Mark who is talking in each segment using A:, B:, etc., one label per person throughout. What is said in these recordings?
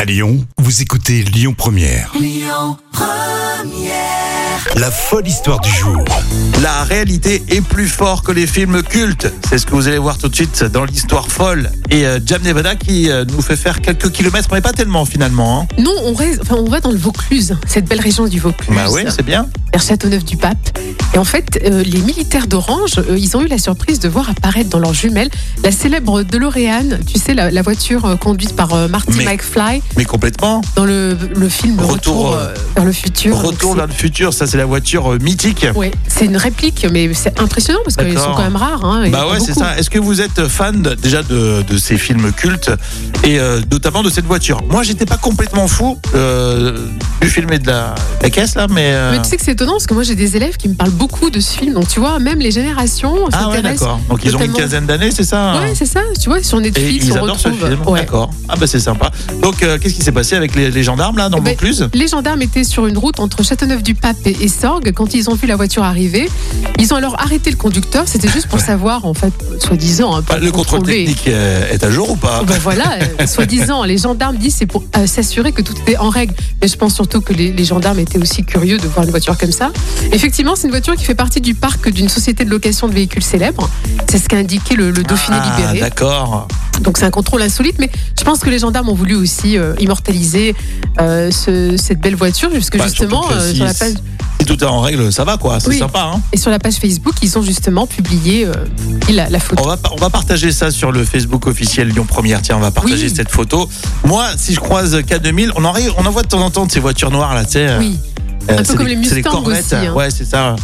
A: À Lyon, vous écoutez Lyon Première. La folle histoire du jour.
B: La réalité est plus fort que les films cultes. C'est ce que vous allez voir tout de suite dans l'histoire folle. Et euh, Jam Nevada qui euh, nous fait faire quelques kilomètres, mais pas tellement finalement. hein.
C: Non, on, reste- enfin, on va dans le Vaucluse, cette belle région du Vaucluse,
B: Bah oui, c'est bien.
C: vers Châteauneuf-du-Pape. Et en fait, euh, les militaires d'Orange, euh, ils ont eu la surprise de voir apparaître dans leurs jumelles la célèbre DeLorean, tu sais, la, la voiture euh, conduite par euh, Marty
B: Mais-
C: McFly
B: Mais complètement.
C: dans le, le film
B: Retour,
C: Retour,
B: euh,
C: euh, vers le futur.
B: Retour vers le futur, ça c'est la voiture euh, mythique.
C: Oui, c'est une réplique, mais c'est impressionnant parce qu'ils
B: D'accord.
C: sont quand même rares. hein, il y en
B: Bah
C: a
B: ouais, c'est
C: beaucoup.
B: ça. Est-ce que vous êtes fan de- déjà de, de ces films cultes et euh, notamment de cette voiture Moi, j'étais pas complètement fou euh, du film et de la, de la caisse là, mais. euh,
C: Mais tu sais que c'est étonnant parce que moi j'ai des élèves qui me parlent beaucoup de ce film. Donc tu vois, même les générations
B: ah ouais,
C: s'intéressent.
B: d'accord. Donc ils ont une
C: notamment-
B: quinzaine d'années, c'est ça hein?
C: Ouais, c'est ça. Tu vois, sur
B: Et
C: Netflix,
B: ils
C: on
B: adorent ce
C: retrouve.
B: film.
C: ouais.
B: D'accord. Ah bah c'est sympa. Donc euh, qu'est-ce qui s'est passé avec les, les gendarmes là dans le
C: Ben,
B: Vaucluse
C: Les gendarmes étaient sur une route entre Châteauneuf-du-Pape et et Sorgues quand ils ont vu la voiture arriver. Ils ont alors arrêté le conducteur. C'était juste pour savoir, en fait, soi-disant, hein, pour
B: Bah, Le contrôle
C: contrôler.
B: technique euh, est à jour ou pas
C: Oh, Ben voilà, euh, soi-disant, les gendarmes disent c'est pour euh, s'assurer que tout était en règle. Mais je pense surtout que les, les gendarmes étaient aussi curieux de voir une voiture comme ça. Effectivement, c'est une voiture qui fait partie du parc d'une société de location de véhicules célèbres. C'est ce qu'a indiqué le, le Dauphiné
B: Ah,
C: libéré.
B: d'accord.
C: Donc c'est un contrôle insolite, mais je pense que les gendarmes ont voulu aussi euh, immortaliser euh, ce- cette belle voiture, puisque
B: Bah,
C: justement,
B: surtout que
C: euh,
B: si-
C: sur la page,
B: Si tout est en règle, ça va quoi, c'est
C: Oui.
B: sympa. Hein
C: et sur la page Facebook, ils ont justement publié euh, la, la photo.
B: On va, on va partager ça sur le Facebook officiel Lyon Première. Tiens, on va partager
C: Oui.
B: cette photo. Moi, si je croise K2000, on en, rit- on en voit de temps en temps de ces voitures noires là, tu sais.
C: Oui,
B: euh,
C: un peu
B: c'est
C: comme
B: des-
C: les
B: c'est des
C: Mustangs
B: Corvettes.
C: aussi, hein.
B: Ouais, c'est ça.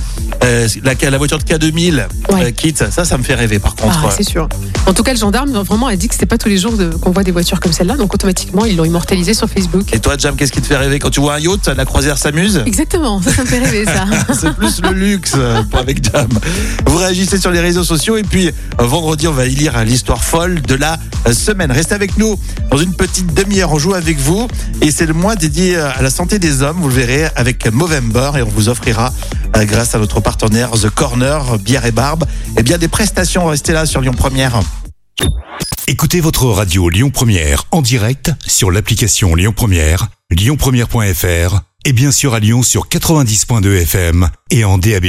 B: Euh, la, la voiture de K2000,
C: Ouais.
B: euh, quitte, ça, ça me fait rêver par contre.
C: ah, c'est sûr. En tout cas, le gendarme vraiment a dit que c'était pas tous les jours de- qu'on voit des voitures comme celle-là, donc automatiquement ils l'ont immortalisé sur Facebook.
B: Et toi, Jam, qu'est-ce qui te fait rêver quand tu vois un yacht La croisière s'amuse
C: Exactement, ça, ça me fait rêver ça.
B: c'est plus le luxe euh, pour avec Jam. Vous réagissez sur les réseaux sociaux et puis euh, vendredi, on va y lire euh, l'histoire folle de la euh, semaine. Restez avec nous dans une petite demi-heure. On joue avec vous et c'est le mois dédié euh, à la santé des hommes. Vous le verrez avec Movember et on vous offrira, euh, grâce à notre partenaire The Corner, euh, bière et barbe, et bien des prestations. Restez là sur Lyon Première.
A: Écoutez votre radio Lyon Première en direct sur l'application Lyon Première, lyonpremière.fr et bien sûr à Lyon sur 90.2 FM et en DAB+.